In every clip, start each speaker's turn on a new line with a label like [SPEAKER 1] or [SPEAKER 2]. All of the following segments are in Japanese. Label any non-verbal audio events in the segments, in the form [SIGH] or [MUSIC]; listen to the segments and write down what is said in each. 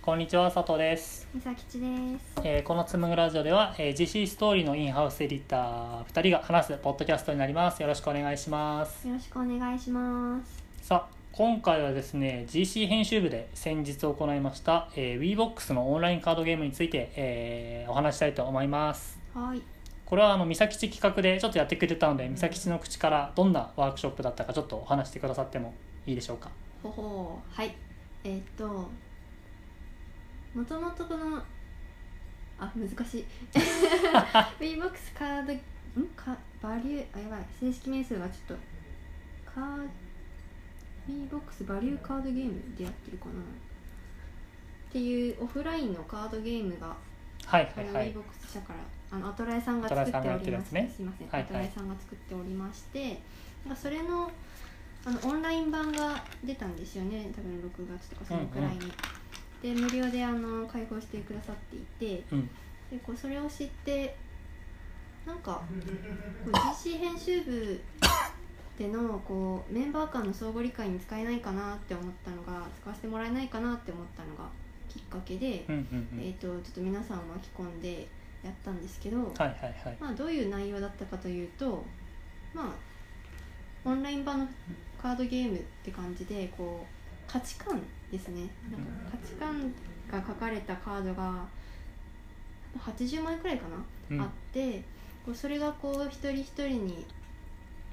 [SPEAKER 1] こんにちは佐藤です、
[SPEAKER 2] みさきちです。
[SPEAKER 1] えーこのつむぐラジオでは、えー GC ストーリーのインハウスエディター2人が話すポッドキャストになりますよろしくお願いします
[SPEAKER 2] よろしくお願いします。
[SPEAKER 1] さあ今回はですね GC 編集部で先日行いました、えー WeBox のオンラインカードゲームについて、えーお話ししたいと思います
[SPEAKER 2] はい。
[SPEAKER 1] これはあの三崎地企画でちょっとやってくれたので三崎地の口からどんなワークショップだったかちょっとお話してくださってもいいでしょうか
[SPEAKER 2] ほほう。はい。えーっと、もともとこの、あ、難 [LAUGHS] しい。VBOX カード、んかバリュー、あ、やばい。正式名数がちょっと、カー VBOX バリューカードゲームでやってるかな。っていうオフラインのカードゲームが
[SPEAKER 1] はい
[SPEAKER 2] こ
[SPEAKER 1] は
[SPEAKER 2] れ
[SPEAKER 1] い
[SPEAKER 2] は
[SPEAKER 1] は
[SPEAKER 2] e
[SPEAKER 1] い
[SPEAKER 2] b o x 社からあのアトラエさんが作ってお
[SPEAKER 1] アトラエさんがやって
[SPEAKER 2] り
[SPEAKER 1] るや
[SPEAKER 2] ま
[SPEAKER 1] つ
[SPEAKER 2] す
[SPEAKER 1] ね
[SPEAKER 2] すいません、
[SPEAKER 1] はいはい
[SPEAKER 2] アトラエさんが作っておりましてなんかそれのあのオンライン版が出たんですよね多分6月とかそのくらいに、で無料であの開放してくださっていて
[SPEAKER 1] うん
[SPEAKER 2] でこうそれを知ってなんかこう GC 編集部でのこうメンバー間の相互理解に使えないかなって思ったのが使わせてもらえないかなって思ったのがきっかけで、
[SPEAKER 1] うんうんう
[SPEAKER 2] えー、
[SPEAKER 1] ん
[SPEAKER 2] とちょっと皆さんを巻き込んでやったんですけ
[SPEAKER 1] は
[SPEAKER 2] ど、
[SPEAKER 1] いはいはい
[SPEAKER 2] まあ、どういう内容だったかというと、まあ、オンライン版のカードゲームって感じでこう価値観ですねなんか価値観が書かれたカードが80枚くらいかな、
[SPEAKER 1] うん
[SPEAKER 2] あってこうそれがこう一人一人に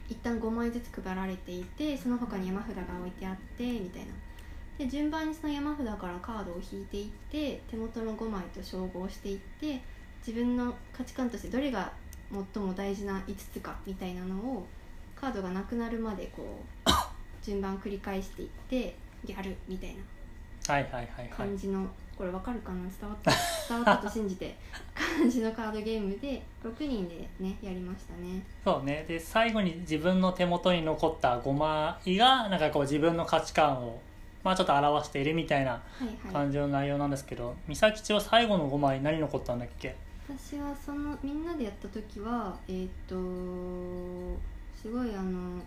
[SPEAKER 2] 一旦5枚ずつ配られていてその他に山札が置いてあってみたいなで順番にその山札からカードを引いていって手元の5枚と照合していって自分の価値観としてどれが最も大事な5つかみたいなのをカードがなくなるまでこ
[SPEAKER 1] [COUGHS]
[SPEAKER 2] う順番繰り返していってやるみたいな
[SPEAKER 1] はいはいはいはい
[SPEAKER 2] 感じの、これわかるかな伝わ
[SPEAKER 1] [LAUGHS]
[SPEAKER 2] った伝わったと信じて感じのカードゲームで6人でねやりましたね
[SPEAKER 1] そうねで最後に自分の手元に残った5枚がなんかこう自分の価値観を、まあ、ちょっと表しているみたいな
[SPEAKER 2] はいはい
[SPEAKER 1] 感じの内容なんですけど、美咲ちは最後の5枚何残ったんだっけ
[SPEAKER 2] 私はそのみんなでやった時はえーっ、とすごいあの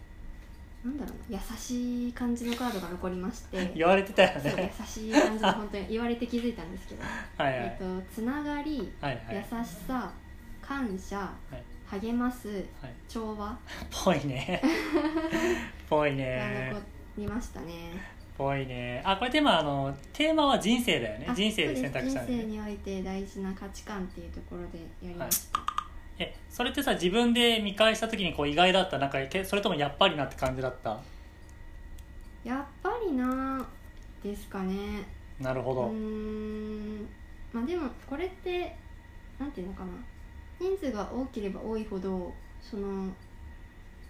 [SPEAKER 2] なんだろうな優しい感じのカードが残り
[SPEAKER 1] [LAUGHS]
[SPEAKER 2] まして
[SPEAKER 1] 言われてたよ
[SPEAKER 2] そう優
[SPEAKER 1] ね
[SPEAKER 2] しい感じで本当に言われて気づいたんですけど、
[SPEAKER 1] はいはい
[SPEAKER 2] えーっとつながり
[SPEAKER 1] はいは
[SPEAKER 2] 優し
[SPEAKER 1] い
[SPEAKER 2] さ感謝、
[SPEAKER 1] い
[SPEAKER 2] 励ます
[SPEAKER 1] はい
[SPEAKER 2] 調和
[SPEAKER 1] ぽいね
[SPEAKER 2] [LAUGHS]
[SPEAKER 1] ぽい
[SPEAKER 2] が
[SPEAKER 1] ね
[SPEAKER 2] 残りましたね、
[SPEAKER 1] ぽいねあこれテーマあのテーマは人生だよね
[SPEAKER 2] あ
[SPEAKER 1] 人生で選択したん
[SPEAKER 2] そ
[SPEAKER 1] だ
[SPEAKER 2] うで
[SPEAKER 1] よ
[SPEAKER 2] す人生
[SPEAKER 1] ね
[SPEAKER 2] において大事な価値観っていうところでやりました、
[SPEAKER 1] えそれってさ自分で見返した時にこう意外だったなんかけそれともやっぱりなって感じだった
[SPEAKER 2] やっぱりなですかね
[SPEAKER 1] なるほ
[SPEAKER 2] う
[SPEAKER 1] ど、
[SPEAKER 2] ーんまあでもこれってなんていうのかな人数が多ければ多いほどそのなんだ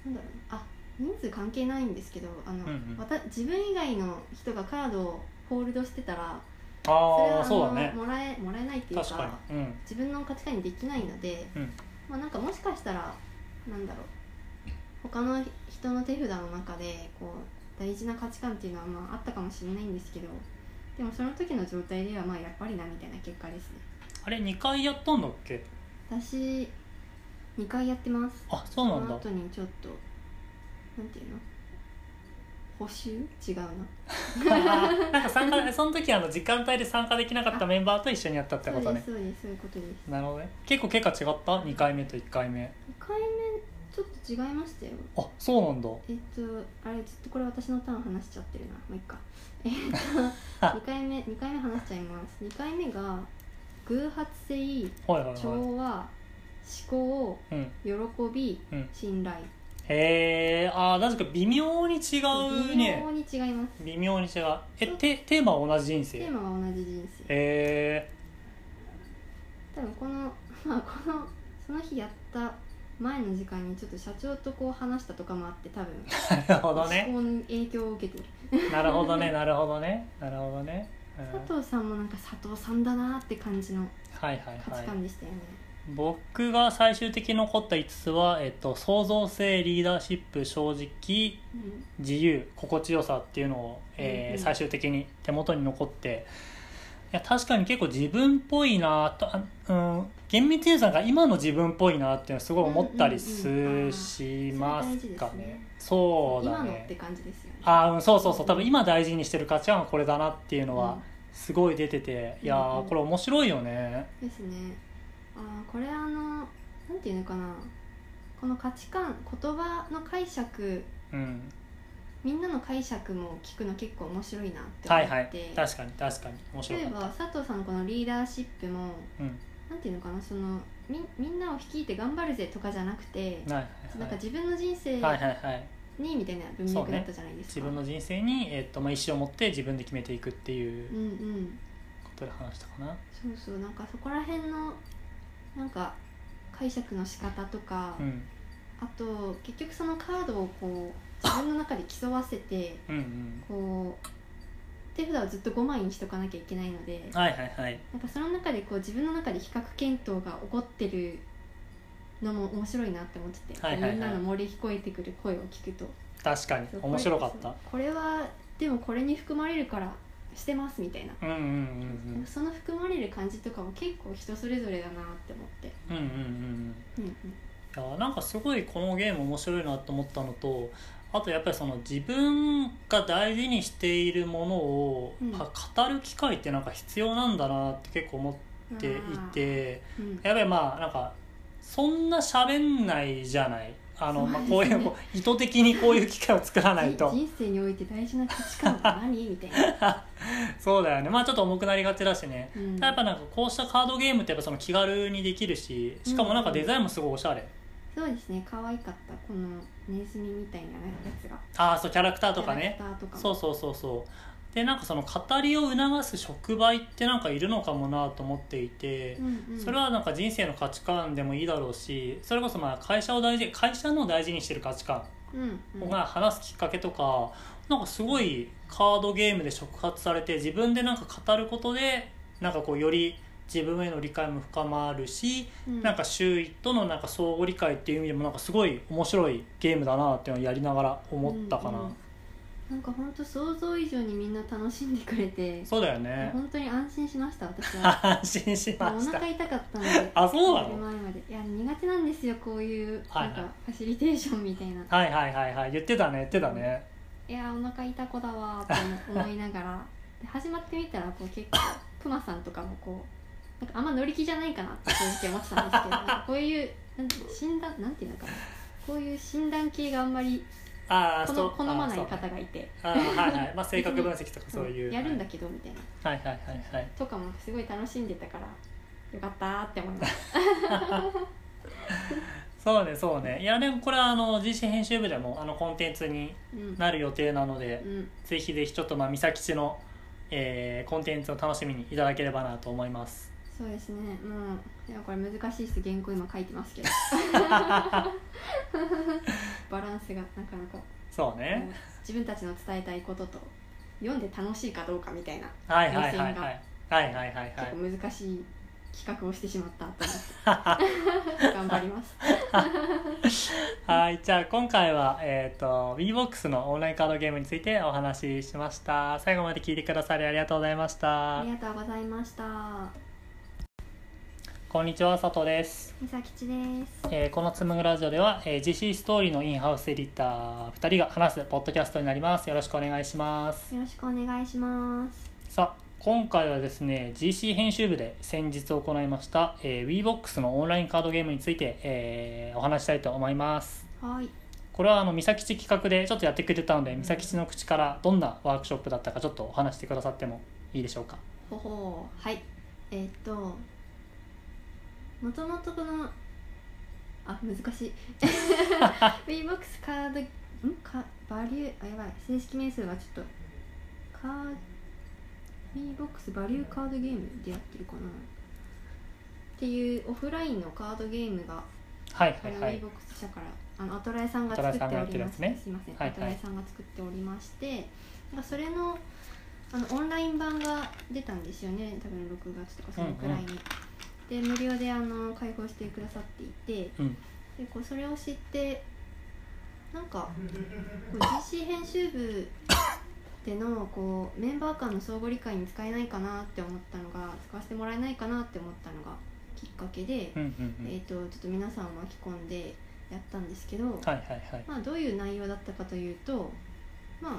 [SPEAKER 2] ろうなあ人数関係ないんですけどあの、
[SPEAKER 1] うんうん
[SPEAKER 2] わた自分以外の人がカードをホールドしてたらそれ
[SPEAKER 1] あ
[SPEAKER 2] は
[SPEAKER 1] あ
[SPEAKER 2] あ
[SPEAKER 1] そうだ
[SPEAKER 2] の
[SPEAKER 1] ね
[SPEAKER 2] もらえもらえないっていうか
[SPEAKER 1] 確かにうん
[SPEAKER 2] 自分の価値観にできないので、
[SPEAKER 1] うん
[SPEAKER 2] まあ、なんかもしかしたらなんだろう他の人の手札の中でこう大事な価値観っていうのはまああったかもしれないんですけどでもその時の状態ではまあやっぱりなみたいな結果ですね
[SPEAKER 1] あれ2回やったんだっけ
[SPEAKER 2] 私2回やってます
[SPEAKER 1] あそうなん
[SPEAKER 2] その
[SPEAKER 1] だ
[SPEAKER 2] 後にちょっとなんていうの補修違うな
[SPEAKER 1] [LAUGHS] なんか参加その時あの時間帯で参加できなかったメンバーと一緒にやったって
[SPEAKER 2] そう
[SPEAKER 1] こと
[SPEAKER 2] で
[SPEAKER 1] ね
[SPEAKER 2] すそうですそういうことです2
[SPEAKER 1] なるほどね結構結果違った2回目と1回目
[SPEAKER 2] 回目ちょっと違いましたよ
[SPEAKER 1] あそうなんだ
[SPEAKER 2] えっと、あれちょっとこれ私のターン話しちゃってるなまあいっ
[SPEAKER 1] [LAUGHS]
[SPEAKER 2] かえっと2回目2回目話しちゃいます2回目が偶発性
[SPEAKER 1] はいはいは
[SPEAKER 2] 調和思考
[SPEAKER 1] いうん
[SPEAKER 2] 喜び、
[SPEAKER 1] うん
[SPEAKER 2] 信頼
[SPEAKER 1] へえあー確か微妙に違う
[SPEAKER 2] 微
[SPEAKER 1] ね
[SPEAKER 2] 妙に違います
[SPEAKER 1] 微妙に違うえてテーマは同じ人生
[SPEAKER 2] テー
[SPEAKER 1] へ
[SPEAKER 2] マは同じ人生
[SPEAKER 1] え
[SPEAKER 2] 多分このまあこのその日やった前の時間にちょっと社長とこう話したとかもあって多分
[SPEAKER 1] [LAUGHS] なるほどね
[SPEAKER 2] 思考に影響を受けてる
[SPEAKER 1] なるほどねなるほどねなるほどね、うん
[SPEAKER 2] 佐藤さんもなんか佐藤さんだなって感じの
[SPEAKER 1] はいはい
[SPEAKER 2] 価
[SPEAKER 1] は
[SPEAKER 2] 値
[SPEAKER 1] い
[SPEAKER 2] 観でしたよね、
[SPEAKER 1] 僕が最終的に残った5つは、えっと、創造性リーダーシップ正直
[SPEAKER 2] うん
[SPEAKER 1] 自由心地よさっていうのを、えー
[SPEAKER 2] うんうん
[SPEAKER 1] 最終的に手元に残っていや確かに結構自分っぽいなとあ、うん、厳密に言うとなんか今の自分っぽいなっていうのはすごい思ったりす、
[SPEAKER 2] うんうんうんあー
[SPEAKER 1] しますか
[SPEAKER 2] それ大事です
[SPEAKER 1] ね
[SPEAKER 2] ね
[SPEAKER 1] そうだ
[SPEAKER 2] 今のって
[SPEAKER 1] ね
[SPEAKER 2] 感じですよね
[SPEAKER 1] あーうんそうそうそう多分今大事にしてる価値観はこれだなっていうのは、すごい出てていや
[SPEAKER 2] うんう
[SPEAKER 1] ー
[SPEAKER 2] ん
[SPEAKER 1] これ面白いよね
[SPEAKER 2] ですねあーこれあのなんていうのかなこの価値観言葉の解釈
[SPEAKER 1] うん
[SPEAKER 2] みんなの解釈も聞くの結構面白いなって思
[SPEAKER 1] は
[SPEAKER 2] っ
[SPEAKER 1] い
[SPEAKER 2] て、
[SPEAKER 1] はい確かに確かに面白
[SPEAKER 2] 例え
[SPEAKER 1] かった
[SPEAKER 2] ば佐藤さんのこのリーダーシップも
[SPEAKER 1] うん
[SPEAKER 2] なんていうのかなそのみみんなを率いて頑張るぜとかじゃなくて
[SPEAKER 1] はい
[SPEAKER 2] なんか
[SPEAKER 1] は
[SPEAKER 2] 自分の人生
[SPEAKER 1] いはいはいはいはい
[SPEAKER 2] にみたいな文
[SPEAKER 1] そう
[SPEAKER 2] 脈
[SPEAKER 1] ね
[SPEAKER 2] だったじゃないです
[SPEAKER 1] 自
[SPEAKER 2] か、
[SPEAKER 1] 分の人生に、えっとまあ、意思を持って自分で決めていくっていう
[SPEAKER 2] うんうん
[SPEAKER 1] ことで話したかな、
[SPEAKER 2] そうそうなんかそこら辺のなんか解釈の仕方とか、
[SPEAKER 1] うん、
[SPEAKER 2] あと結局そのカードをこう自分の中で競わせて
[SPEAKER 1] うんうん
[SPEAKER 2] こう手札をずっと5枚にしとかなきゃいけないので
[SPEAKER 1] はいはいはい
[SPEAKER 2] なんかその中でこう自分の中で比較検討が起こってるのも面白いなって思ってて、
[SPEAKER 1] はいはいはい
[SPEAKER 2] みんなの漏れ聞こえてくる声を聞くと
[SPEAKER 1] 確かに
[SPEAKER 2] そう
[SPEAKER 1] 面白かっ
[SPEAKER 2] こ
[SPEAKER 1] た
[SPEAKER 2] れそうこれはでもこれに含まれるからしてますみたいな、
[SPEAKER 1] うんうんうん
[SPEAKER 2] その含まれる感じとかも結構人それぞれだなって思って、
[SPEAKER 1] うんうんうんうん
[SPEAKER 2] うんうん、
[SPEAKER 1] いやなんかすごいこのゲーム面白いなと思ったのとあとやっぱりその自分が大事にしているものを、
[SPEAKER 2] うん
[SPEAKER 1] は語る機会ってなんか必要なんだなって結構思っていて
[SPEAKER 2] あー、うん
[SPEAKER 1] やっぱりまあなんかそんな喋んないじゃないあの、
[SPEAKER 2] そう
[SPEAKER 1] まあ、
[SPEAKER 2] ですね
[SPEAKER 1] こういうこう意図的にこういう機会を作ら
[SPEAKER 2] [LAUGHS]
[SPEAKER 1] ないと
[SPEAKER 2] 人生において大事な価値観は何みたいな、
[SPEAKER 1] そうだよねまあちょっと重くなりがちだしね
[SPEAKER 2] うん、
[SPEAKER 1] やっぱなんかこうしたカードゲームってやっぱその気軽にできるししかもなんかデザインもすごいおしゃれ、
[SPEAKER 2] そうですね可愛かったこのネズミみたいなやつが
[SPEAKER 1] ああそうキャラクターとかね
[SPEAKER 2] キャラクターとかも
[SPEAKER 1] そうそうそうそうでなんかその語りを促す触媒ってなんかいるのかもなと思っていて、
[SPEAKER 2] うんうん、
[SPEAKER 1] それはなんか人生の価値観でもいいだろうしそれこそまあ会社を大事会社の大事にしてる価値観
[SPEAKER 2] うんうん、
[SPEAKER 1] が話すきっかけとか、なんかすごいカードゲームで触発されて自分でなんか語ることでなんかこうより自分への理解も深まるし、
[SPEAKER 2] うん
[SPEAKER 1] なんか周囲とのなんか相互理解っていう意味でもなんかすごい面白いゲームだなっていうのをやりながら思ったかな、
[SPEAKER 2] うんうんなんか本当想像以上にみんな楽しんでくれて
[SPEAKER 1] そうだよね、
[SPEAKER 2] 本当に安心しました私
[SPEAKER 1] [LAUGHS]
[SPEAKER 2] は
[SPEAKER 1] 安心し
[SPEAKER 2] お
[SPEAKER 1] ました
[SPEAKER 2] 腹痛かったので
[SPEAKER 1] あそうなの
[SPEAKER 2] 寝る前までいや苦手なんですよこういう
[SPEAKER 1] はいは
[SPEAKER 2] なん
[SPEAKER 1] い
[SPEAKER 2] かファシリテーションみたいな、い
[SPEAKER 1] はいはいはいはい言ってたね言ってたね
[SPEAKER 2] やお腹痛子だわーって思いな
[SPEAKER 1] [LAUGHS]
[SPEAKER 2] がらで始まってみたらこう結構クマさんとかもこうなんかあんま乗り気じゃないかなって正直思ってたんですけど
[SPEAKER 1] [LAUGHS]
[SPEAKER 2] なんかこういうなんて診断なんていうのかなこういう診断系があんまり
[SPEAKER 1] ああ
[SPEAKER 2] 好
[SPEAKER 1] そう
[SPEAKER 2] 好まない
[SPEAKER 1] あーそう
[SPEAKER 2] 方がいて、
[SPEAKER 1] あーはいはいまあ性格分析とかそういううん
[SPEAKER 2] [LAUGHS] やるんだけどみたいな
[SPEAKER 1] はいはいはいはい
[SPEAKER 2] とかもすごい楽しんでたからよかったーって思いました
[SPEAKER 1] [LAUGHS] そうねそうねいやでもこれはあの GC 編集部でもあのコンテンツに
[SPEAKER 2] うん
[SPEAKER 1] なる予定なので
[SPEAKER 2] うん
[SPEAKER 1] ぜひぜひちょっとまあ三崎市の、えーコンテンツを楽しみにいただければなと思います
[SPEAKER 2] そうですねもういやこれ難しいです原稿今書いて
[SPEAKER 1] [LAUGHS]
[SPEAKER 2] ますけどバランスがなかなか
[SPEAKER 1] そうね
[SPEAKER 2] もう自分たちの伝えたいことと読んで楽しいかどうかみたいな
[SPEAKER 1] はいはいはい
[SPEAKER 2] 目線が
[SPEAKER 1] はいはいはいはいは
[SPEAKER 2] 結
[SPEAKER 1] い
[SPEAKER 2] 構難しい企画をしてしまったと思って
[SPEAKER 1] [LAUGHS]
[SPEAKER 2] 頑張ります
[SPEAKER 1] はい、じゃあ今回は、えー、と WeBox のオンラインカードゲームについてお話ししました最後まで聞いてくださりありがとうございまし
[SPEAKER 2] あ
[SPEAKER 1] た
[SPEAKER 2] りがとうございました
[SPEAKER 1] こんにちは佐藤です、
[SPEAKER 2] みさきちです
[SPEAKER 1] えーこのつむぐラジオでは、えー GC ストーリーのインハウスエディター2人が話すポッドキャストになりますよろしくお願いします
[SPEAKER 2] よろしくお願いします
[SPEAKER 1] さあ今回はですね GC 編集部で先日行いました、えー WeBox のオンラインカードゲームについて、えーお話ししたいと思います
[SPEAKER 2] はい
[SPEAKER 1] これはあの三崎市企画でちょっとやってくれたので三崎市の口からどんなワークショップだったかちょっとお話してくださってもいいでしょうか
[SPEAKER 2] ほほうはいえーっともともとこのあ難しい VBOX カードんかバリューあやばい正式名数がちょっとカー VBOX バリューカードゲームでやってるかなっていうオフラインのカードゲームが
[SPEAKER 1] はい
[SPEAKER 2] こ
[SPEAKER 1] はい
[SPEAKER 2] の
[SPEAKER 1] は
[SPEAKER 2] VBOX
[SPEAKER 1] い
[SPEAKER 2] 社からあのアトラエさんが作って
[SPEAKER 1] アトラエさんがやっ
[SPEAKER 2] お
[SPEAKER 1] てる
[SPEAKER 2] り
[SPEAKER 1] や
[SPEAKER 2] ま
[SPEAKER 1] つ
[SPEAKER 2] す、
[SPEAKER 1] ね
[SPEAKER 2] すいません、
[SPEAKER 1] はい
[SPEAKER 2] アトラエさんが作っておりましてなんかそれのあのオンライン版が出たんですよね多分6月とかそのくらいに、で無料であの開放してくださっていて
[SPEAKER 1] うん
[SPEAKER 2] でこうそれを知ってなんかこう GC 編集部でのこうメンバー間の相互理解に使えないかなって思ったのが使わせてもらえないかなって思ったのがきっかけで、
[SPEAKER 1] うんうんう
[SPEAKER 2] え
[SPEAKER 1] ん
[SPEAKER 2] ー、とちょっと皆さんを巻き込んでやったんですけど、
[SPEAKER 1] はいはいはい
[SPEAKER 2] まあ、どういう内容だったかというと、まあ、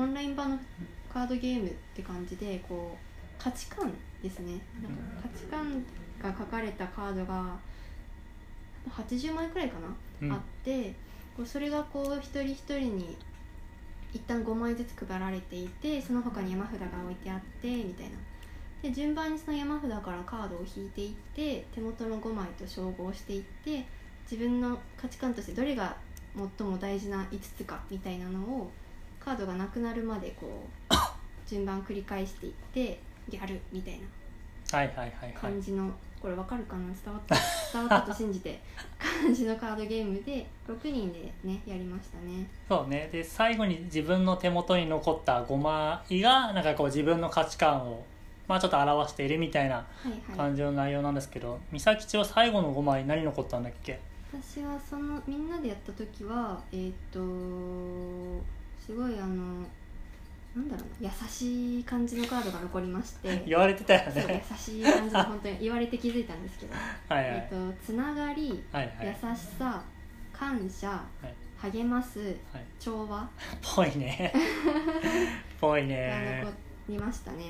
[SPEAKER 2] オンライン版のカードゲームって感じでこう価値観ですねなんか価値観が書かれたカードが80枚くらいかな、
[SPEAKER 1] うん
[SPEAKER 2] あってこうそれがこう一人一人に一旦5枚ずつ配られていてその他に山札が置いてあってみたいなで順番にその山札からカードを引いていって手元の5枚と照合していって自分の価値観としてどれが最も大事な5つかみたいなのをカードがなくなるまでこ
[SPEAKER 1] [COUGHS]
[SPEAKER 2] う順番繰り返していってやるみたいな
[SPEAKER 1] はいはいはいはい
[SPEAKER 2] 感じの、これわかるかな伝わった伝わったと信じ
[SPEAKER 1] [LAUGHS]
[SPEAKER 2] て感じのカードゲームで6人でねやりましたね
[SPEAKER 1] そうねで最後に自分の手元に残った5枚がなんかこう自分の価値観を、まあ、ちょっと表しているみたいな
[SPEAKER 2] はいはい
[SPEAKER 1] 感じの内容なんですけど、美咲ちは最後の5枚何残ったんだっけ
[SPEAKER 2] 私はそのみんなでやった時はえーっとすごいあのなんだろうな優しい感じのカードが残りまして
[SPEAKER 1] 言われて [LAUGHS] たよ
[SPEAKER 2] そう優
[SPEAKER 1] ね
[SPEAKER 2] しい感じの本当に言われて気づいたんですけど、
[SPEAKER 1] [LAUGHS] はいはい、
[SPEAKER 2] えーっとつながり
[SPEAKER 1] はいはい
[SPEAKER 2] 優しさ感謝、
[SPEAKER 1] い
[SPEAKER 2] 励ます
[SPEAKER 1] はい
[SPEAKER 2] 調和
[SPEAKER 1] ぽい
[SPEAKER 2] [LAUGHS]
[SPEAKER 1] ねぽい
[SPEAKER 2] が
[SPEAKER 1] ね
[SPEAKER 2] 残りましたね、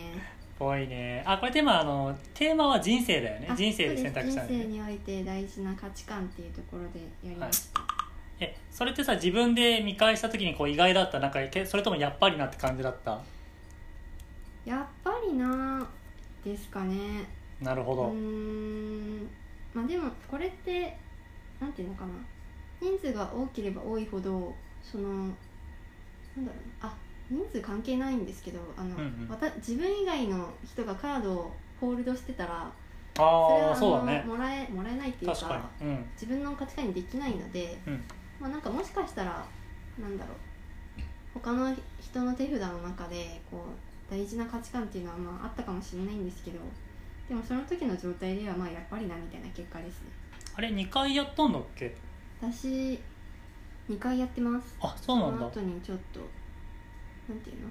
[SPEAKER 1] ぽいねあこれテーマあのテーマは人生だよね
[SPEAKER 2] あ
[SPEAKER 1] 人生で選択したんだ
[SPEAKER 2] そう
[SPEAKER 1] よね
[SPEAKER 2] です人生において大事な価値観っていうところでやりました、
[SPEAKER 1] えそれってさ自分で見返した時にこう意外だったなんかけそれともやっぱりなって感じだった
[SPEAKER 2] やっぱりなですかね
[SPEAKER 1] なるほ
[SPEAKER 2] う
[SPEAKER 1] ど、
[SPEAKER 2] ーんまあでもこれってなんていうのかな人数が多ければ多いほどそのなんだろうなあ人数関係ないんですけどあの、
[SPEAKER 1] うんうん
[SPEAKER 2] わた自分以外の人がカードをホールドしてたら
[SPEAKER 1] あ
[SPEAKER 2] れは
[SPEAKER 1] あそうだね
[SPEAKER 2] のもらえもらえないっていう
[SPEAKER 1] 確かにうん
[SPEAKER 2] 自分の価値観にできないので、
[SPEAKER 1] うん
[SPEAKER 2] まあ、なんかもしかしたらなんだろう他の人の手札の中でこう大事な価値観っていうのはまああったかもしれないんですけどでもその時の状態ではまあやっぱりなみたいな結果ですね
[SPEAKER 1] あれ2回やったんだっけ
[SPEAKER 2] 私2回やってます
[SPEAKER 1] あそうなん
[SPEAKER 2] そ
[SPEAKER 1] だ
[SPEAKER 2] の後にちょっとなんていうの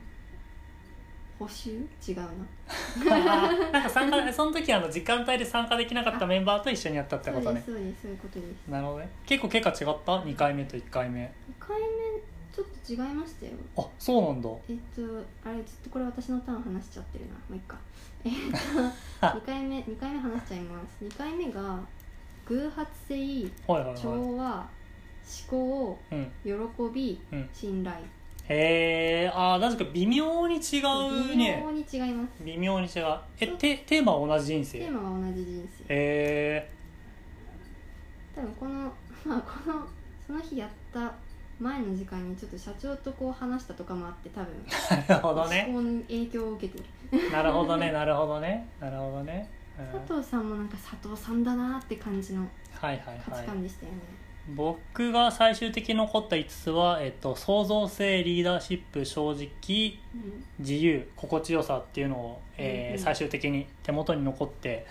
[SPEAKER 2] 補修違うな
[SPEAKER 1] [LAUGHS] なんか参加その時あの時間帯で参加できなかったメンバーと一緒にやったって
[SPEAKER 2] そう
[SPEAKER 1] こ
[SPEAKER 2] です
[SPEAKER 1] と
[SPEAKER 2] そうで
[SPEAKER 1] ね
[SPEAKER 2] すそういうことです
[SPEAKER 1] なるほどね結構結果違った2回目と1回目
[SPEAKER 2] 2回目ちょっと違いましたよ
[SPEAKER 1] あそうなんだ
[SPEAKER 2] えっと、あれ、ちょっとこれ私のターン話しちゃってるな。まあ、いっか。えっと、2回
[SPEAKER 1] [LAUGHS]
[SPEAKER 2] 目、2回目話しちゃいます。2回目が、偶発性、
[SPEAKER 1] はいはいは
[SPEAKER 2] 調和、思考、
[SPEAKER 1] い、うん
[SPEAKER 2] 喜び、
[SPEAKER 1] うん、
[SPEAKER 2] 信頼。
[SPEAKER 1] へえあー確かに微妙に違う
[SPEAKER 2] 微
[SPEAKER 1] ね
[SPEAKER 2] 妙に違います。
[SPEAKER 1] 微妙に違うえテテーマは同じ人生
[SPEAKER 2] テー
[SPEAKER 1] へ
[SPEAKER 2] マは同じ人生。
[SPEAKER 1] え
[SPEAKER 2] 多分この、 [LAUGHS] まあ、この、その日やった前の時間にちょっと社長とこう話したとかもあって、多分、
[SPEAKER 1] [LAUGHS] なるほど
[SPEAKER 2] 思
[SPEAKER 1] ね
[SPEAKER 2] 考に影響を受けてる。
[SPEAKER 1] なるほどねなるほどねなるほどね、うん
[SPEAKER 2] 佐藤さんもなんか佐藤さんだなって感じの
[SPEAKER 1] はいはい
[SPEAKER 2] 価
[SPEAKER 1] は
[SPEAKER 2] 値
[SPEAKER 1] い
[SPEAKER 2] 観でしたよね。
[SPEAKER 1] 僕が最終的に残った5つは、えっと、創造性リーダーシップ正直
[SPEAKER 2] うん
[SPEAKER 1] 自由心地よさっていうのを、えー
[SPEAKER 2] うんうん
[SPEAKER 1] 最終的に手元に残って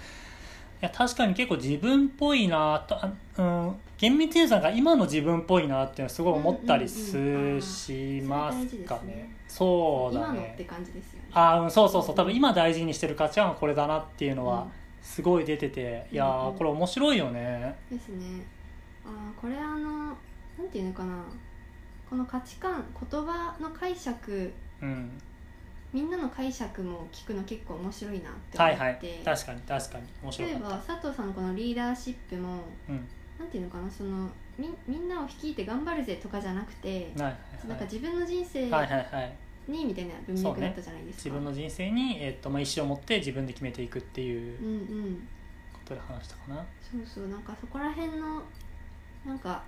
[SPEAKER 1] いや確かに結構自分っぽいなとあ、うん、厳密に言うとなんか今の自分っぽいなっていうのはすごい思ったりす、
[SPEAKER 2] うんうんうんあー
[SPEAKER 1] しますか
[SPEAKER 2] それ大事で
[SPEAKER 1] ね
[SPEAKER 2] すね
[SPEAKER 1] そうだ
[SPEAKER 2] 今のっ
[SPEAKER 1] ね
[SPEAKER 2] て感じですよね
[SPEAKER 1] あーうんそうそうそう多分今大事にしてる価値観はこれだなっていうのはすごい出てて、いや
[SPEAKER 2] うん
[SPEAKER 1] ー
[SPEAKER 2] うん
[SPEAKER 1] これ面白いよね
[SPEAKER 2] うんですねあーこれあのなんていうのかなこの価値観言葉の解釈
[SPEAKER 1] うん
[SPEAKER 2] みんなの解釈も聞くの結構面白いなって思
[SPEAKER 1] は
[SPEAKER 2] っ
[SPEAKER 1] い
[SPEAKER 2] て、
[SPEAKER 1] はい確かに確かに面白
[SPEAKER 2] 例え
[SPEAKER 1] かっ
[SPEAKER 2] ば佐藤さんのこのリーダーシップも
[SPEAKER 1] たうん
[SPEAKER 2] なんていうのかなそのみみんなを率いて頑張るぜとかじゃなくて
[SPEAKER 1] はいはい
[SPEAKER 2] なんか
[SPEAKER 1] は
[SPEAKER 2] 自分の人生
[SPEAKER 1] いはいはいはい
[SPEAKER 2] にみたいな文
[SPEAKER 1] そう
[SPEAKER 2] 脈
[SPEAKER 1] ね
[SPEAKER 2] だったじゃないです
[SPEAKER 1] 自
[SPEAKER 2] か、
[SPEAKER 1] 分の人生に、えっとまあ、意思を持って自分で決めていくっていう
[SPEAKER 2] うんうん
[SPEAKER 1] ことで話したかな、
[SPEAKER 2] そうそうなんかそこら辺のなんか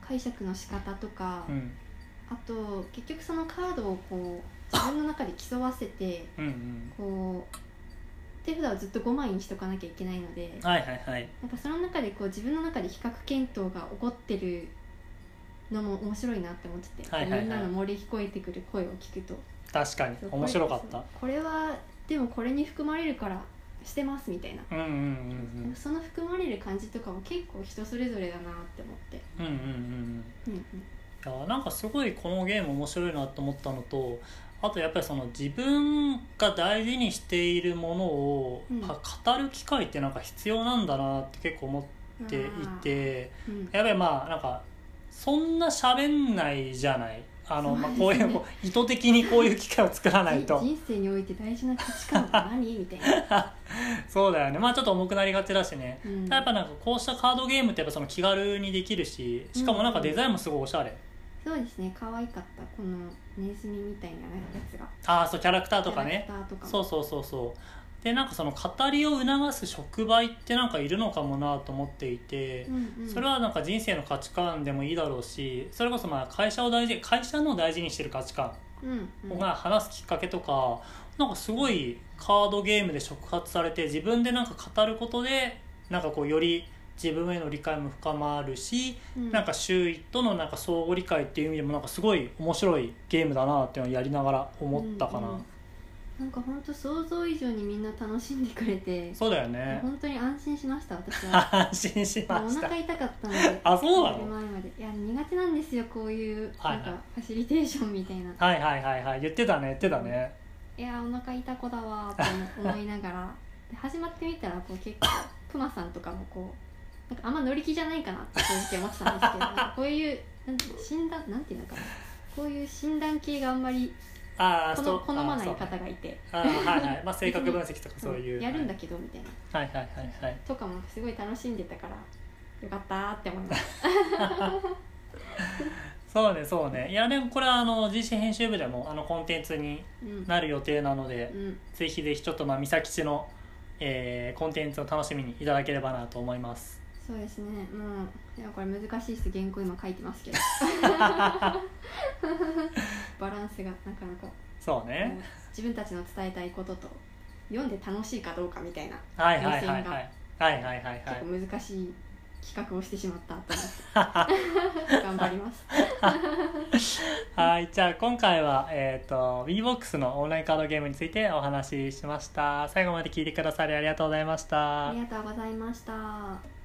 [SPEAKER 2] 解釈の仕方とか、
[SPEAKER 1] うん、
[SPEAKER 2] あと結局そのカードをこう自分の中で競わせて
[SPEAKER 1] うんうん
[SPEAKER 2] こう手札をずっと5枚にしとかなきゃいけないので
[SPEAKER 1] はいはいはい
[SPEAKER 2] なんかその中でこう自分の中で比較検討が起こってるのも面白いなって思ってて、
[SPEAKER 1] はいはいはい
[SPEAKER 2] みんなの漏れ聞こえてくる声を聞くと
[SPEAKER 1] 確かに
[SPEAKER 2] そうこれ
[SPEAKER 1] 面白かった
[SPEAKER 2] これはでもこれに含まれるからしてますみたいな、
[SPEAKER 1] うんうんうん
[SPEAKER 2] その含まれる感じとかも結構人それぞれだなって思って、
[SPEAKER 1] うんうんうんうん
[SPEAKER 2] うんうん、
[SPEAKER 1] いやなんかすごいこのゲーム面白いなと思ったのとあとやっぱりその自分が大事にしているものを、
[SPEAKER 2] うん
[SPEAKER 1] は語る機会ってなんか必要なんだなって結構思っていて
[SPEAKER 2] あー、うん
[SPEAKER 1] やっぱりまあなんかそんな喋んないじゃないあの、まあ、
[SPEAKER 2] そ
[SPEAKER 1] こ
[SPEAKER 2] う
[SPEAKER 1] う
[SPEAKER 2] です
[SPEAKER 1] い
[SPEAKER 2] ね
[SPEAKER 1] うこう意図的にこういう機会を作ら
[SPEAKER 2] [LAUGHS]
[SPEAKER 1] ないと
[SPEAKER 2] 人生において大事な価値観は何みたいな、
[SPEAKER 1] そうだよねまあちょっと重くなりがちだしね、
[SPEAKER 2] うん
[SPEAKER 1] やっぱなんかこうしたカードゲームってやっぱその気軽にできるししかもなんかデザインもすごいおしゃれ、
[SPEAKER 2] そうですね可愛かったこのネズミみたいなやつが
[SPEAKER 1] ああそうキャラクターとか
[SPEAKER 2] キ
[SPEAKER 1] ね
[SPEAKER 2] ャラクターとかも
[SPEAKER 1] そうそうそうそうでなんかその語りを促す触媒ってなんかいるのかもなと思っていて、
[SPEAKER 2] うんうん
[SPEAKER 1] それはなんか人生の価値観でもいいだろうしそれこそまあ会社を大事会社の大事にしてる価値観
[SPEAKER 2] うんうん
[SPEAKER 1] が話すきっかけとかなんかすごいカードゲームで触発されて自分でなんか語ることでなんかこうより自分への理解も深まるし、
[SPEAKER 2] うん
[SPEAKER 1] なんか周囲とのなんか相互理解っていう意味でもなんかすごい面白いゲームだなっていうのをやりながら思ったかな、
[SPEAKER 2] うんうんなんか本当想像以上にみんな楽しんでくれて
[SPEAKER 1] そうだよね
[SPEAKER 2] 本当に安心しました私
[SPEAKER 1] [LAUGHS]
[SPEAKER 2] は
[SPEAKER 1] 安心し
[SPEAKER 2] お
[SPEAKER 1] ました
[SPEAKER 2] 腹痛かったので
[SPEAKER 1] あそうなの
[SPEAKER 2] 寝る前までいや苦手なんですよこういう
[SPEAKER 1] はい
[SPEAKER 2] な
[SPEAKER 1] はい
[SPEAKER 2] んかファシリテーションみたいな、
[SPEAKER 1] はいはいはいはい言ってたね言ってたね
[SPEAKER 2] いやお腹痛子だわーって思いな
[SPEAKER 1] [LAUGHS]
[SPEAKER 2] がらで始まってみたらこう結構クマさんとかもこうなんかあんま乗り気じゃないかなって正直思ってたんですけど
[SPEAKER 1] [LAUGHS]
[SPEAKER 2] なんかこういうなんて診断なんていうのかなこういう診断系があんまり
[SPEAKER 1] ああ
[SPEAKER 2] 好
[SPEAKER 1] そう
[SPEAKER 2] 好まない
[SPEAKER 1] あーそう
[SPEAKER 2] 方がいて
[SPEAKER 1] あーはいはいまあ性格分析とかそういう
[SPEAKER 2] [LAUGHS] やるんだけどみたいな
[SPEAKER 1] はいはいはいはい
[SPEAKER 2] とかもすごい楽しんでたからよかったーって思い
[SPEAKER 1] [LAUGHS]
[SPEAKER 2] ます
[SPEAKER 1] そうねそうねいやでもこれはあの GC 編集部でもあのコンテンツに
[SPEAKER 2] うん
[SPEAKER 1] なる予定なので、
[SPEAKER 2] うん
[SPEAKER 1] ぜひぜひちょっとまあ三崎市の、えーコンテンツを楽しみにいただければなと思います
[SPEAKER 2] そうですねもうでもこれ難しいです原稿今書いてますけ
[SPEAKER 1] [LAUGHS]
[SPEAKER 2] どバランスがなかなか
[SPEAKER 1] そうね、
[SPEAKER 2] 自分たちの伝えたいことと読んで楽しいかどうかみたいな
[SPEAKER 1] はいはいはいはい
[SPEAKER 2] 目線が
[SPEAKER 1] はいはいはいは
[SPEAKER 2] 結
[SPEAKER 1] い
[SPEAKER 2] 構難しい企画をしてしまった
[SPEAKER 1] [LAUGHS]
[SPEAKER 2] と思って頑張ります
[SPEAKER 1] はいじゃあ今回は、えー、と WeBox のオンラインカードゲームについてお話ししました最後まで聞いてくださりありがとうございました
[SPEAKER 2] ありがとうございました